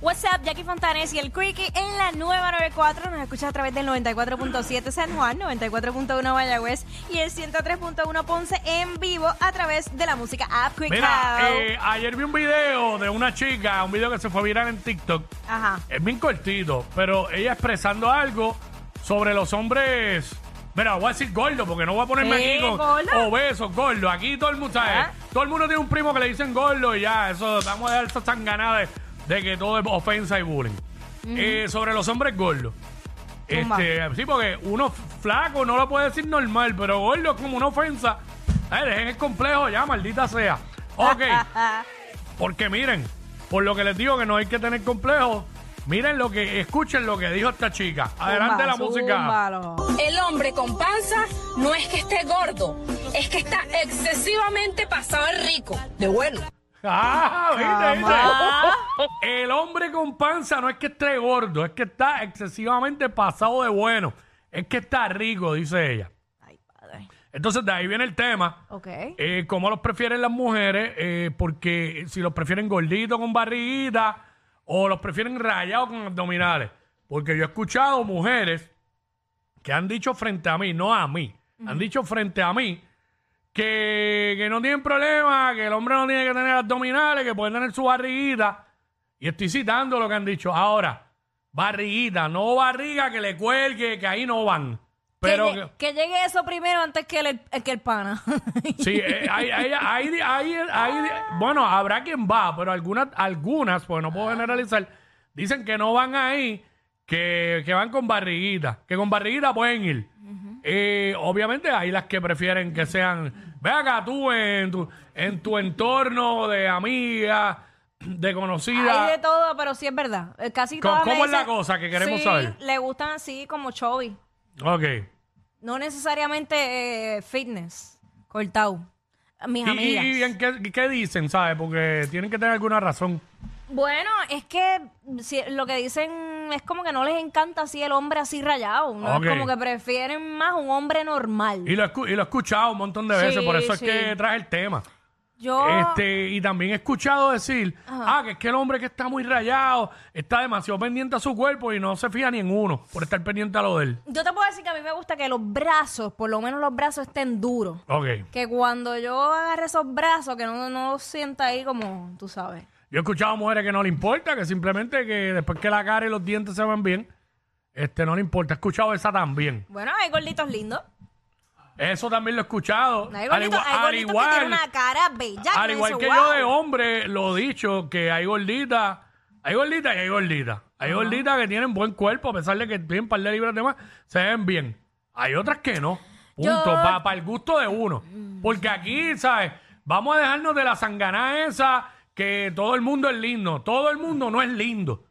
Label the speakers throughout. Speaker 1: What's up, Jackie Fontanes y el Quickie en la nueva 94. Nos escuchas a través del 94.7 San Juan, 94.1 Mayagüez y el 103.1 Ponce en vivo a través de la música App Quick
Speaker 2: Mira,
Speaker 1: Out.
Speaker 2: eh, ayer vi un video de una chica, un video que se fue viral en TikTok.
Speaker 1: Ajá.
Speaker 2: Es bien cortito, pero ella expresando algo sobre los hombres. Mira, voy a decir gordo porque no voy a ponerme
Speaker 1: Sí,
Speaker 2: aquí con
Speaker 1: gordo.
Speaker 2: obesos, gordo. Aquí todo el mundo ¿sabes?
Speaker 1: Ajá.
Speaker 2: Todo el mundo tiene un primo que le dicen gordo y ya, eso, vamos a dar esta changanada de, de que todo es ofensa y bullying. Eh, sobre los hombres gordos.
Speaker 1: Zumba.
Speaker 2: Este, sí, porque uno flaco no lo puede decir normal, pero gordo es como una ofensa. A ver, es el complejo ya, maldita sea. Ok, porque miren, por lo que les digo que no hay que tener complejo, miren lo que, escuchen lo que dijo esta chica. Adelante la música.
Speaker 1: Zúmbalo.
Speaker 3: El hombre con panza no es que esté gordo, es que está excesivamente pasado de rico, de bueno.
Speaker 2: Ah, viste, viste.
Speaker 1: Mamá.
Speaker 2: El hombre con panza no es que esté gordo, es que está excesivamente pasado de bueno. Es que está rico, dice ella.
Speaker 1: Ay, padre.
Speaker 2: Entonces de ahí viene el tema.
Speaker 1: Ok.
Speaker 2: Eh, ¿Cómo los prefieren las mujeres? Eh, porque si los prefieren gorditos con barriguita o los prefieren rayados con abdominales. Porque yo he escuchado mujeres que han dicho frente a mí, no a mí, han dicho frente a mí que, que no tienen problema, que el hombre no tiene que tener abdominales, que pueden tener su barriguita. Y estoy citando lo que han dicho. Ahora, barriguita, no barriga que le cuelgue, que ahí no van. Pero
Speaker 1: que, lle- que llegue eso primero antes que el, el- que el pana.
Speaker 2: Sí, eh, hay, hay- hay- hay- hay- bueno, habrá quien va, pero algunas, algunas, pues no puedo generalizar, dicen que no van ahí, que, que van con barriguita, que con barriguita pueden ir. Eh, obviamente hay las que prefieren que sean, ve acá tú en tu, en tu entorno de amigas, de
Speaker 1: Hay
Speaker 2: conocidas.
Speaker 1: de todo, pero sí es verdad. Eh, Casi
Speaker 2: ¿Cómo-
Speaker 1: todas me
Speaker 2: cómo es la
Speaker 1: dicen-
Speaker 2: cosa que queremos
Speaker 1: Sí,
Speaker 2: saber?
Speaker 1: le gustan así como chubby.
Speaker 2: Ok.
Speaker 1: No necesariamente eh, fitness. Cortado. Mis
Speaker 2: ¿Y, y-
Speaker 1: amigas.
Speaker 2: y en qué, qué dicen, sabes? Porque tienen que tener alguna razón.
Speaker 1: Bueno, es que si- lo que dicen es como que no les encanta así el hombre así rayado. ¿no?
Speaker 2: Ok.
Speaker 1: Es como que prefieren más un hombre normal.
Speaker 2: Y lo, he escu- y lo he escuchado un montón de
Speaker 1: Sí,
Speaker 2: veces, por eso
Speaker 1: sí.
Speaker 2: es que traje el tema.
Speaker 1: Yo.
Speaker 2: Este, y también he escuchado decir, ah, que es que el hombre que está muy rayado está demasiado pendiente a su cuerpo y no se fija ni en uno por estar pendiente a lo de él.
Speaker 1: Yo te puedo decir que a mí me gusta que los brazos, por lo menos los brazos estén duros.
Speaker 2: Ok.
Speaker 1: Que cuando yo agarre esos brazos, que no, no sienta ahí como, tú sabes.
Speaker 2: Yo he escuchado mujeres que no le importa, que simplemente que después que la cara y los dientes se ven bien, este no le importa. He escuchado esa también.
Speaker 1: Bueno, hay gorditos lindos.
Speaker 2: Eso también lo he escuchado.
Speaker 1: Hay gorditos, hay gorditos que tienen una cara bella.
Speaker 2: al
Speaker 1: uno
Speaker 2: igual
Speaker 1: dice,
Speaker 2: que
Speaker 1: "Wow".
Speaker 2: yo de hombre, lo dicho, que hay gorditas, hay gorditas y hay gorditas. Hay gorditas que tienen buen cuerpo, a pesar de que tienen un par de libras de más, se ven bien. Hay otras que no. Punto,
Speaker 1: Yo-
Speaker 2: para el gusto de uno. Porque aquí, ¿sabes? Vamos a dejarnos de la sanganá esa que todo el mundo es lindo. Todo el mundo no es lindo.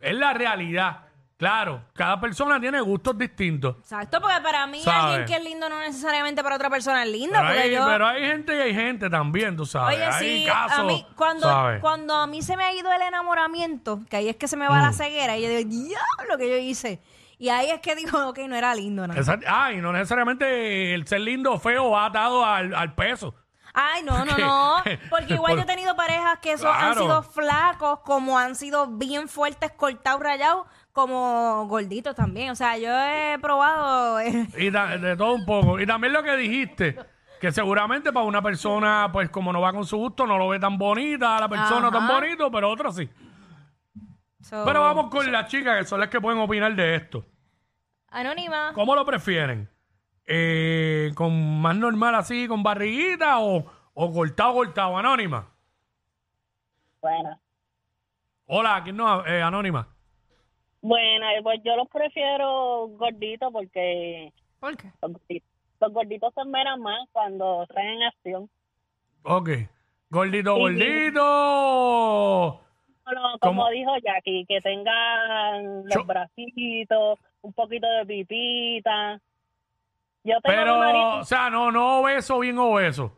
Speaker 2: Es la realidad. Claro, cada persona tiene gustos distintos.
Speaker 1: Exacto, porque para mí
Speaker 2: Sabe.
Speaker 1: alguien que es lindo no necesariamente para otra persona es lindo.
Speaker 2: Pero
Speaker 1: porque
Speaker 2: hay,
Speaker 1: yo...
Speaker 2: pero hay gente y hay gente también, tú sabes.
Speaker 1: Oye,
Speaker 2: hay
Speaker 1: sí,
Speaker 2: casos.
Speaker 1: a mí, cuando,
Speaker 2: ¿sabes?
Speaker 1: cuando a mí se me ha ido el enamoramiento, que ahí es que se me va
Speaker 2: Mm.
Speaker 1: la ceguera, y yo digo, diablo, que yo hice. Y ahí es que digo, ok, no era lindo, ¿no?
Speaker 2: Esa- ah, y no necesariamente el ser lindo o feo va atado al, al peso.
Speaker 1: Ay, no, no,
Speaker 2: Porque-
Speaker 1: no. Porque igual
Speaker 2: por-
Speaker 1: yo he tenido parejas que son- han
Speaker 2: Claro.
Speaker 1: sido flacos, como han sido bien fuertes, cortados, rayados, como gorditos también. O sea, yo he probado. eh,
Speaker 2: Y ta- de todo un poco. Y también lo que dijiste, que seguramente para una persona, pues como no va con su gusto, no lo ve tan bonita, la persona tan
Speaker 1: Ajá.
Speaker 2: bonito, pero otra sí.
Speaker 1: So-
Speaker 2: Pero vamos con las chicas que son las que pueden opinar de esto.
Speaker 1: Anónima.
Speaker 2: ¿Cómo lo prefieren? Eh, ¿Con más normal así, con barriguita o, o cortado, cortado, anónima?
Speaker 4: Bueno,
Speaker 2: Hola, ¿quién no? Eh, anónima.
Speaker 4: bueno, eh, pues yo los prefiero gorditos porque
Speaker 1: ¿Por qué?
Speaker 4: los gorditos, los gorditos se esmeran más cuando están en acción.
Speaker 2: Ok. Gordito, gordito.
Speaker 4: Bueno,
Speaker 2: ¿Cómo?
Speaker 4: como dijo Jackie, que tengan los
Speaker 2: Yo-
Speaker 4: bracitos, un poquito de pipita. Yo tengo mi
Speaker 2: Pero,
Speaker 4: marido-
Speaker 2: o sea, no, no obeso, bien obeso.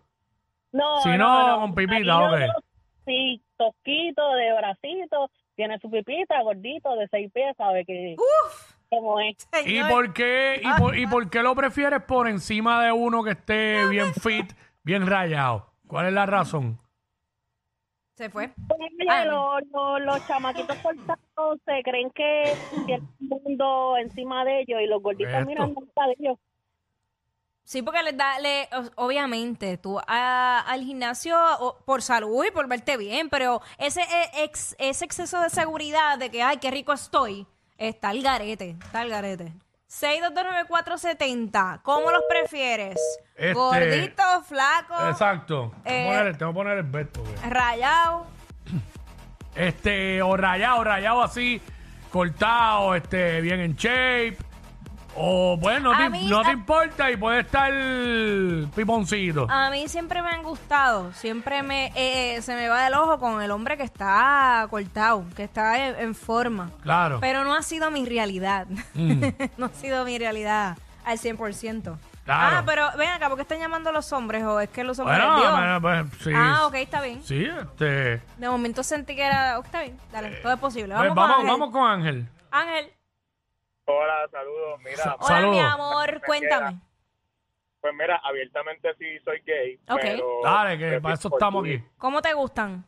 Speaker 4: no,
Speaker 2: si no, con pipita,
Speaker 4: marido,
Speaker 2: ok.
Speaker 4: Sí, tosquito de bracito, tiene su pipita, gordito, de seis pies, sabe que como es.
Speaker 2: ¿Y
Speaker 1: Señor,
Speaker 2: por, qué,
Speaker 1: Ah.
Speaker 2: y, por, y por qué lo prefieres por encima de uno que esté bien fit, bien rayado? ¿Cuál es la razón?
Speaker 1: Se fue.
Speaker 4: Oye,
Speaker 1: Ah.
Speaker 4: los, los, los chamaquitos cortados se creen que tiene el mundo encima de ellos y los gorditos
Speaker 2: Esto.
Speaker 4: miran encima de ellos.
Speaker 1: Sí, porque les da, le- o- obviamente, tú a- al gimnasio o- por salud y por verte bien, pero ese, e- ex- ese exceso de seguridad de que, ay, qué rico estoy, está el garete, está el garete. 6229470, ¿cómo los prefieres?
Speaker 2: Este-
Speaker 1: Gordito, flaco,
Speaker 2: Exacto.
Speaker 1: Eh.
Speaker 2: Tengo que poner el- tengo que poner el Beto, güey.
Speaker 1: rayado.
Speaker 2: Este, o rayado, rayado así, cortado, este, bien en shape. O bueno,
Speaker 1: A
Speaker 2: no te,
Speaker 1: mí-
Speaker 2: no te importa y puede estar piponcito.
Speaker 1: A mí siempre me han gustado, siempre me eh, se me va del ojo con el hombre que está cortado, que está en- en forma.
Speaker 2: claro.
Speaker 1: Pero no ha sido mi realidad.
Speaker 2: Mm.
Speaker 1: no ha sido mi realidad al 100%.
Speaker 2: Claro.
Speaker 1: Ah, pero ven acá, ¿por qué están llamando a los hombres o es que los hombres...
Speaker 2: Bueno,
Speaker 1: Dios.
Speaker 2: bueno, pues, sí.
Speaker 1: Ah, ok, está bien.
Speaker 2: Sí, este.
Speaker 1: De momento sentí que era... ok, está bien, dale, todo es posible. Vamos,
Speaker 2: pues, vamos,
Speaker 1: con Ángel.
Speaker 2: vamos con Ángel.
Speaker 1: Ángel,
Speaker 5: Hola, saludos. Mira,
Speaker 1: hola
Speaker 2: Saludos.
Speaker 1: mi amor, cuéntame.
Speaker 5: pues mira, abiertamente sí soy gay.
Speaker 1: Ok.
Speaker 5: Pero
Speaker 2: Dale, que
Speaker 5: prefiero
Speaker 2: para eso estamos aquí.
Speaker 5: gorditos.
Speaker 1: ¿Cómo te gustan?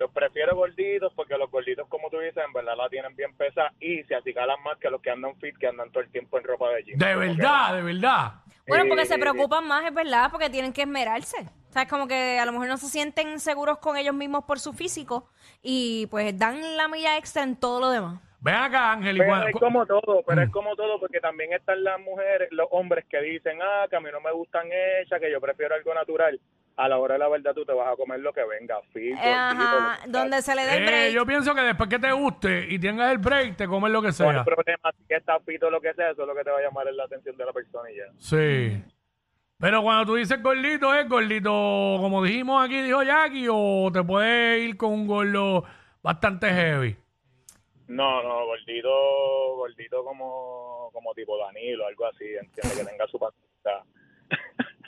Speaker 5: Los prefiero gorditos porque los gorditos, como tú dices, en verdad la tienen bien pesada y se acicalan más que los que andan fit, que andan todo el tiempo en ropa de gym.
Speaker 2: De
Speaker 5: Como que-
Speaker 2: verdad, de verdad.
Speaker 1: Bueno, porque se
Speaker 5: Eh,
Speaker 1: preocupan más, es verdad, porque tienen que esmerarse. O sea, es como que a lo mejor no se sienten seguros con ellos mismos por su físico y pues dan la milla extra en todo lo demás.
Speaker 2: Ven acá, Ángel. y
Speaker 5: Pero
Speaker 2: cua-
Speaker 5: es como todo, pero
Speaker 2: Mm.
Speaker 5: es como todo porque también están las mujeres, los hombres que dicen, ah, que a mí no me gustan ellas, que yo prefiero algo natural. A la hora de la verdad tú te vas a comer lo que venga, fit,
Speaker 1: Eh, Ajá,
Speaker 5: gordito, lo que sea.
Speaker 1: donde se le dé el
Speaker 2: Eh,
Speaker 1: break.
Speaker 2: yo pienso que después que te guste y tengas el break, te comes lo que
Speaker 5: No hay
Speaker 2: sea.
Speaker 5: problema, si está fito lo que sea, eso es lo que te va a llamar es la atención de la persona y ya.
Speaker 2: Sí. Pero cuando tú dices gordito, es gordito, como dijimos aquí, dijo Jackie, o te puedes ir con un gordo bastante heavy.
Speaker 5: No, no, gordito, gordito como, como tipo Danilo, algo así, entiende que tenga su patita.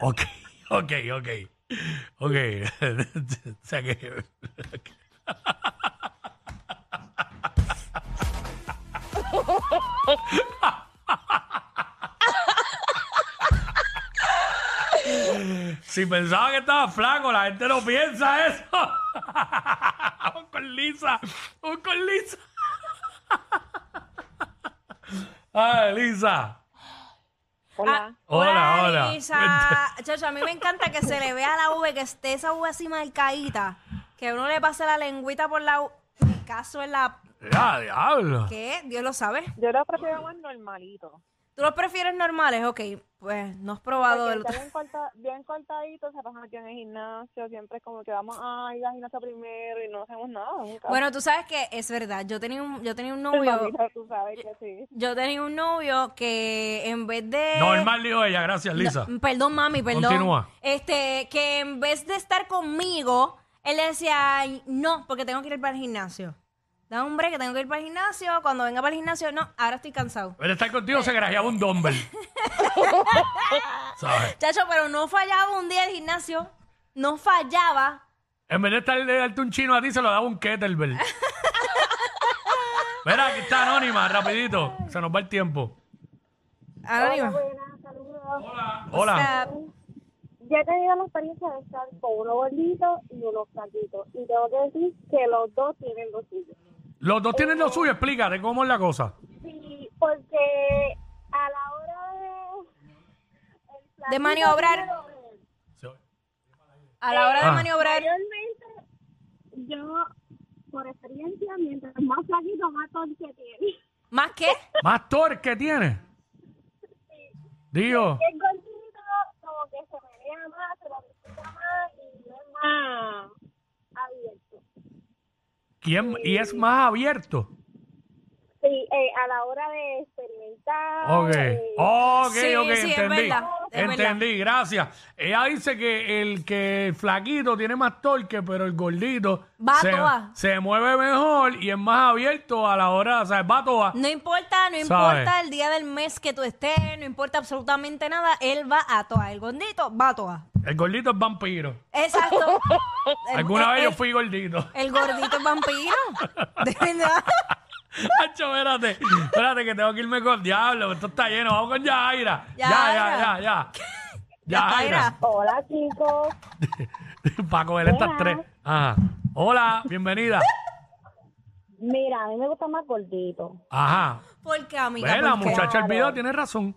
Speaker 2: Ok, ok, ok. Ok. o sea que. Si pensaba que estaba flaco, la gente no piensa eso. Un con Lisa, un con Lisa. Ah, Lisa.
Speaker 1: Ah, Hola.
Speaker 2: Hola, hola.
Speaker 1: Isa. Chacho, a mí me encanta que se le vea la V, que esté esa V así marcadita. Que uno le pase la lengüita por la U. Mi caso es la.
Speaker 2: Ya, diablo.
Speaker 1: ¿Qué? Dios lo sabe.
Speaker 6: Yo los prefiero más normalitos.
Speaker 1: ¿Tú los prefieres normales? Ok, pues no has
Speaker 6: Porque
Speaker 1: probado del
Speaker 6: está
Speaker 1: otro.
Speaker 6: bien, corta, bien cortaditos, se pasan aquí en el gimnasio, siempre es como que vamos a ir al gimnasio primero y no hacemos nada. Nunca.
Speaker 1: Bueno, tú sabes que es verdad. Yo tenía un, yo tenía un novio.
Speaker 6: Mamita, tú sabes que sí.
Speaker 1: Yo tenía un novio que en vez de.
Speaker 2: Normal, dijo ella. Gracias, Lisa.
Speaker 1: No, perdón, mami, perdón.
Speaker 2: Continúa.
Speaker 1: Este, que en vez de estar conmigo, él le decía, "Ay, no, porque tengo que ir para el gimnasio. Da un break, que tengo que ir para el gimnasio. Cuando venga para el gimnasio, no, ahora estoy cansado.
Speaker 2: Pero estar contigo se grajeaba un dumbbell. ¿Sabes?
Speaker 1: Chacho, pero no fallaba un día el gimnasio. No fallaba.
Speaker 2: En vez de estar de darte un chino a ti, se lo daba un kettlebell. Mira, aquí está Anónima, rapidito. Se nos va el tiempo.
Speaker 1: Anónimo.
Speaker 2: Hola.
Speaker 7: Ya he tenido la experiencia de estar con uno gordito y uno flaquito. Y tengo que decir que los dos tienen los suyos.
Speaker 2: Los dos tienen lo suyo, explícate cómo es la cosa.
Speaker 7: Sí, porque a la hora de... el flaquito
Speaker 1: De maniobrar.
Speaker 7: tiene doble.
Speaker 1: a la hora de
Speaker 2: Ah.
Speaker 1: maniobrar.
Speaker 7: Mayormente, yo, por experiencia, mientras más flaquito, más torque tiene.
Speaker 1: ¿Más qué?
Speaker 2: ¿Más torque tiene? Dios.
Speaker 7: El gordito como que se menea más, se lo más y no es más abierto.
Speaker 2: ¿Quién? Y es más abierto.
Speaker 7: Sí, eh, a la hora de experimentar.
Speaker 2: Ok,
Speaker 7: eh,
Speaker 2: ok,
Speaker 1: Sí,
Speaker 2: ok,
Speaker 1: sí, es
Speaker 2: entendí.
Speaker 1: verdad, es
Speaker 2: entendí, gracias. Ella dice que el que el flaquito tiene más torque, pero el gordito
Speaker 1: Va a
Speaker 2: se,
Speaker 1: toa.
Speaker 2: se mueve mejor y es más abierto a la hora, o sea, va a toa.
Speaker 1: No importa, no
Speaker 2: Sabe.
Speaker 1: importa el día del mes que tú estés, no importa absolutamente nada, él va a toa. El gordito va a toa.
Speaker 2: El gordito es vampiro.
Speaker 1: Exacto. El-
Speaker 2: Alguna
Speaker 1: el-
Speaker 2: vez yo
Speaker 1: el-
Speaker 2: fui gordito.
Speaker 1: El gordito es vampiro. De verdad.
Speaker 2: Hacho, espérate, espérate que tengo que irme con diablo, esto está lleno, vamos con Yaira. Ya, ya, ya,
Speaker 1: Yajaira.
Speaker 2: ya.
Speaker 1: Yajaira.
Speaker 4: Hola, chicos.
Speaker 2: Para coger estas tres. Ajá. Hola, bienvenida.
Speaker 4: Mira, a mí me gusta más gordito.
Speaker 2: Ajá.
Speaker 1: Porque, amiga,
Speaker 2: Ve, la
Speaker 1: ¿por qué?
Speaker 2: muchacha del video tiene razón.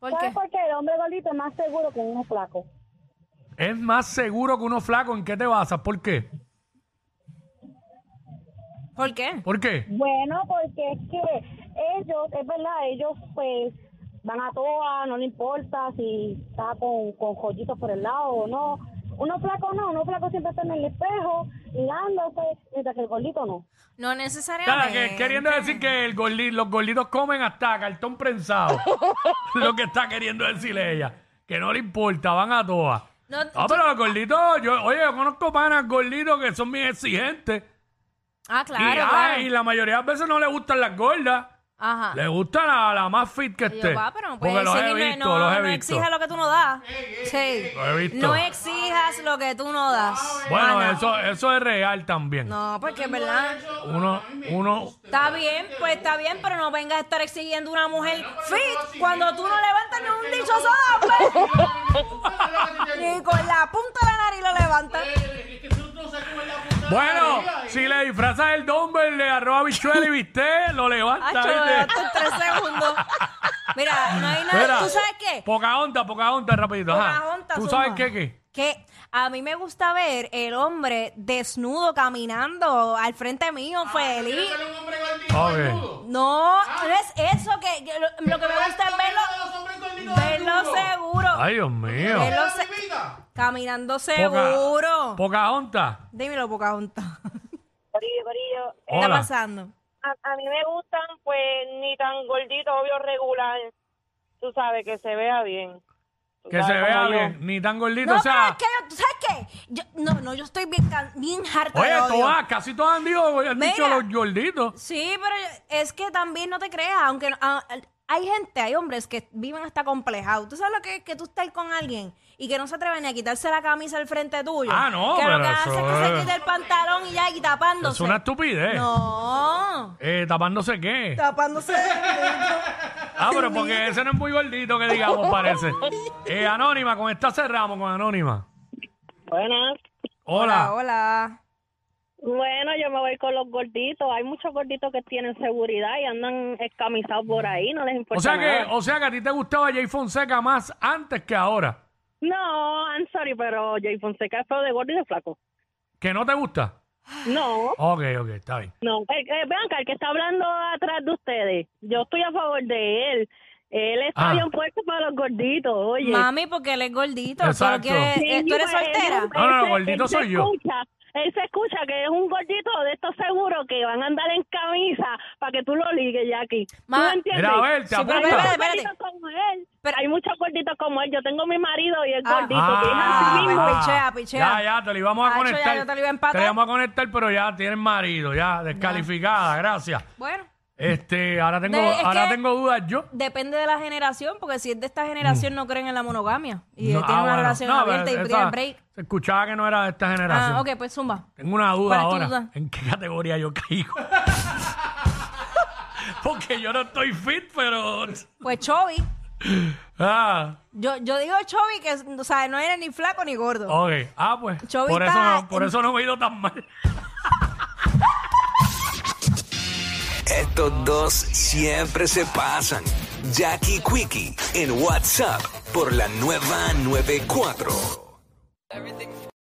Speaker 1: ¿Por qué?
Speaker 4: ¿Sabes por qué? El hombre gordito es más seguro que uno flaco.
Speaker 2: Es más seguro que uno flaco. ¿En qué te basas? ¿Por qué?
Speaker 1: ¿Por qué?
Speaker 2: ¿Por qué?
Speaker 4: Bueno, porque es que ellos, es verdad, ellos pues van a toa, no le importa si está con, con joyitos por el lado o no. Uno flaco no, uno flaco siempre está en el espejo mirándose, mientras que el gordito no.
Speaker 1: No
Speaker 2: Nada,
Speaker 1: necesariamente.
Speaker 2: que queriendo decir que el gordi- los gorditos comen hasta cartón prensado. lo que está queriendo decir ella. Que no le importa, van a todas.
Speaker 1: No,
Speaker 2: No, pero los gorditos, yo, oye, yo conozco panas gorditos que son bien exigentes.
Speaker 1: Ah, claro,
Speaker 2: y,
Speaker 1: claro.
Speaker 2: ay, y la mayoría de las veces no les gustan las gordas.
Speaker 1: Ajá.
Speaker 2: Les gusta la, la más fit que
Speaker 1: Y
Speaker 2: esté.
Speaker 1: yo, va, pero no puedes
Speaker 2: Porque los he
Speaker 1: exigirme,
Speaker 2: visto,
Speaker 1: no,
Speaker 2: los he
Speaker 1: no
Speaker 2: visto.
Speaker 1: exijas lo que tú no das. Sí.
Speaker 2: Los he visto.
Speaker 1: No exijas lo que tú no das.
Speaker 2: Bueno,
Speaker 1: Ana.
Speaker 2: eso, eso es real también.
Speaker 1: No, porque es verdad.
Speaker 2: Uno, uno,
Speaker 1: Está bien, pues está bien, pero no vengas a estar exigiendo una mujer fit cuando tú no levantas ni un dichoso soda, Ni con la punta de la nariz lo levantas.
Speaker 2: Bueno, si le disfrazas el dumbbell de arroba bichuela y viste, lo
Speaker 1: Ay,
Speaker 2: levanta.
Speaker 1: chulo,
Speaker 2: ¿viste?
Speaker 1: hasta en tres segundos. Mira, no hay nada.
Speaker 2: Mira,
Speaker 1: ¿Tú sabes qué?
Speaker 2: Poca onda, poca onda, rapidito. ajá.
Speaker 1: Pocahontas,
Speaker 2: ¿Tú
Speaker 1: zumba.
Speaker 2: sabes qué? qué?
Speaker 1: Que a mí me gusta ver el hombre desnudo caminando al frente mío, feliz.
Speaker 2: Ok.
Speaker 1: No, no es eso que, que lo, lo que me gusta es verlo, verlo seguro.
Speaker 2: Ay, Dios mío.
Speaker 1: Verlo se- caminando
Speaker 2: Poca-
Speaker 1: seguro.
Speaker 2: Poca onda.
Speaker 1: Dímelo, Pocahontas.
Speaker 7: Corillo, corillo.
Speaker 1: ¿Qué está
Speaker 2: Hola.
Speaker 1: pasando?
Speaker 7: A, Eh, a mí me gustan, pues, ni tan gordito, obvio, regular. Tú sabes, que se vea bien. Tú
Speaker 2: Que se
Speaker 7: sabes
Speaker 2: vea
Speaker 7: cómo yo.
Speaker 2: bien. Ni tan gordito,
Speaker 1: No,
Speaker 2: o
Speaker 1: pero es
Speaker 2: sea.
Speaker 1: que yo, ¿tú sabes qué? Yo, no, no, yo estoy bien, can- bien harta
Speaker 2: Oye,
Speaker 1: de odio.
Speaker 2: todas, casi todas han dicho, han
Speaker 1: Mira.
Speaker 2: dicho los gorditos.
Speaker 1: Sí, pero es que también no te creas, aunque ah, hay gente, hay hombres que viven hasta complejados. ¿Tú sabes lo que es que tú estás con alguien y que no se atreven ni a quitarse la camisa al frente tuyo?
Speaker 2: Ah, no,
Speaker 1: Que
Speaker 2: pero
Speaker 1: lo que hace es
Speaker 2: eso
Speaker 1: que
Speaker 2: es-
Speaker 1: se quita el pantalón y ya, y tapándose.
Speaker 2: Es una estupidez.
Speaker 1: No,
Speaker 2: Eh, tapándose qué.
Speaker 1: tapándose.
Speaker 2: Ah, pero porque ese no es muy gordito que digamos, parece. Eh, anónima, con esta cerramos, con Anónima.
Speaker 4: Buenas.
Speaker 2: Hola.
Speaker 1: hola.
Speaker 4: Bueno, yo me voy con los gorditos. Hay muchos gorditos que tienen seguridad y andan escamisados por ahí, no les importa
Speaker 2: O sea que,
Speaker 4: nada.
Speaker 2: o sea que a ti te gustaba Jay Fonseca más antes que ahora.
Speaker 4: No, I'm sorry, pero Jay Fonseca es feo de gordo y de flaco.
Speaker 2: ¿Que no te gusta?
Speaker 4: No,
Speaker 2: Ok, ok, está bien.
Speaker 4: No, eh, eh, vean acá, el que está hablando atrás de ustedes, yo estoy a favor de él. Él está
Speaker 2: Ah.
Speaker 4: bien puesto para los gorditos, oye.
Speaker 1: Mami, porque él es gordito. pero
Speaker 2: Exacto.
Speaker 1: quiere- eh, ¿Tú eres
Speaker 4: Sí, pues, él-
Speaker 1: soltera?
Speaker 2: No, no, no,
Speaker 4: él se-
Speaker 2: gordito
Speaker 4: él se
Speaker 2: soy yo.
Speaker 4: escucha, él se escucha que es un gordito de estos seguros que van a andar en camisa para que tú lo ligues, Jackie. ¿Tú
Speaker 1: Ma-
Speaker 4: me entiendes?
Speaker 2: Mira, a ver, te
Speaker 4: Pero hay
Speaker 2: apunta.
Speaker 4: muchos
Speaker 1: Espérate,
Speaker 4: gorditos como él.
Speaker 1: Pero-
Speaker 4: Hay muchos gorditos como él. Yo tengo mi marido y es
Speaker 1: Ah.
Speaker 4: gordito. que es así mismo.
Speaker 1: pues pichea, pichea.
Speaker 2: ah. Ya, ya, te lo íbamos a
Speaker 1: Acho, ya,
Speaker 2: conectar.
Speaker 1: yo te lo iba a empatar.
Speaker 2: Te lo íbamos a conectar, pero ya tienes marido, ya, descalificada, gracias.
Speaker 1: Bueno.
Speaker 2: Este, ahora tengo,
Speaker 1: De- es
Speaker 2: ahora
Speaker 1: que-
Speaker 2: tengo dudas yo.
Speaker 1: Depende de la generación, porque si es de esta generación no creen en la monogamia y
Speaker 2: Mm. No,
Speaker 1: tienen
Speaker 2: ah,
Speaker 1: una
Speaker 2: bueno.
Speaker 1: relación
Speaker 2: No,
Speaker 1: abierta y
Speaker 2: pero
Speaker 1: tienen
Speaker 2: esa-
Speaker 1: break.
Speaker 2: Se escuchaba que no era de esta generación.
Speaker 1: Ah, ok, pues zumba.
Speaker 2: Tengo una duda
Speaker 1: ¿Cuál es tu
Speaker 2: ahora.
Speaker 1: duda?
Speaker 2: ¿En qué categoría yo caigo? Porque yo no estoy fit, pero.
Speaker 1: Pues Chovy.
Speaker 2: Ah,
Speaker 1: Yo, yo digo Chovy que, es- o sea, no era ni flaco ni gordo.
Speaker 2: ok. Ah, pues.
Speaker 1: Chovy
Speaker 2: Por eso,
Speaker 1: está
Speaker 2: no, por
Speaker 1: en-
Speaker 2: eso no me he ido tan mal.
Speaker 8: Estos dos siempre se pasan. Jackie Quickie en WhatsApp por la nueva 94.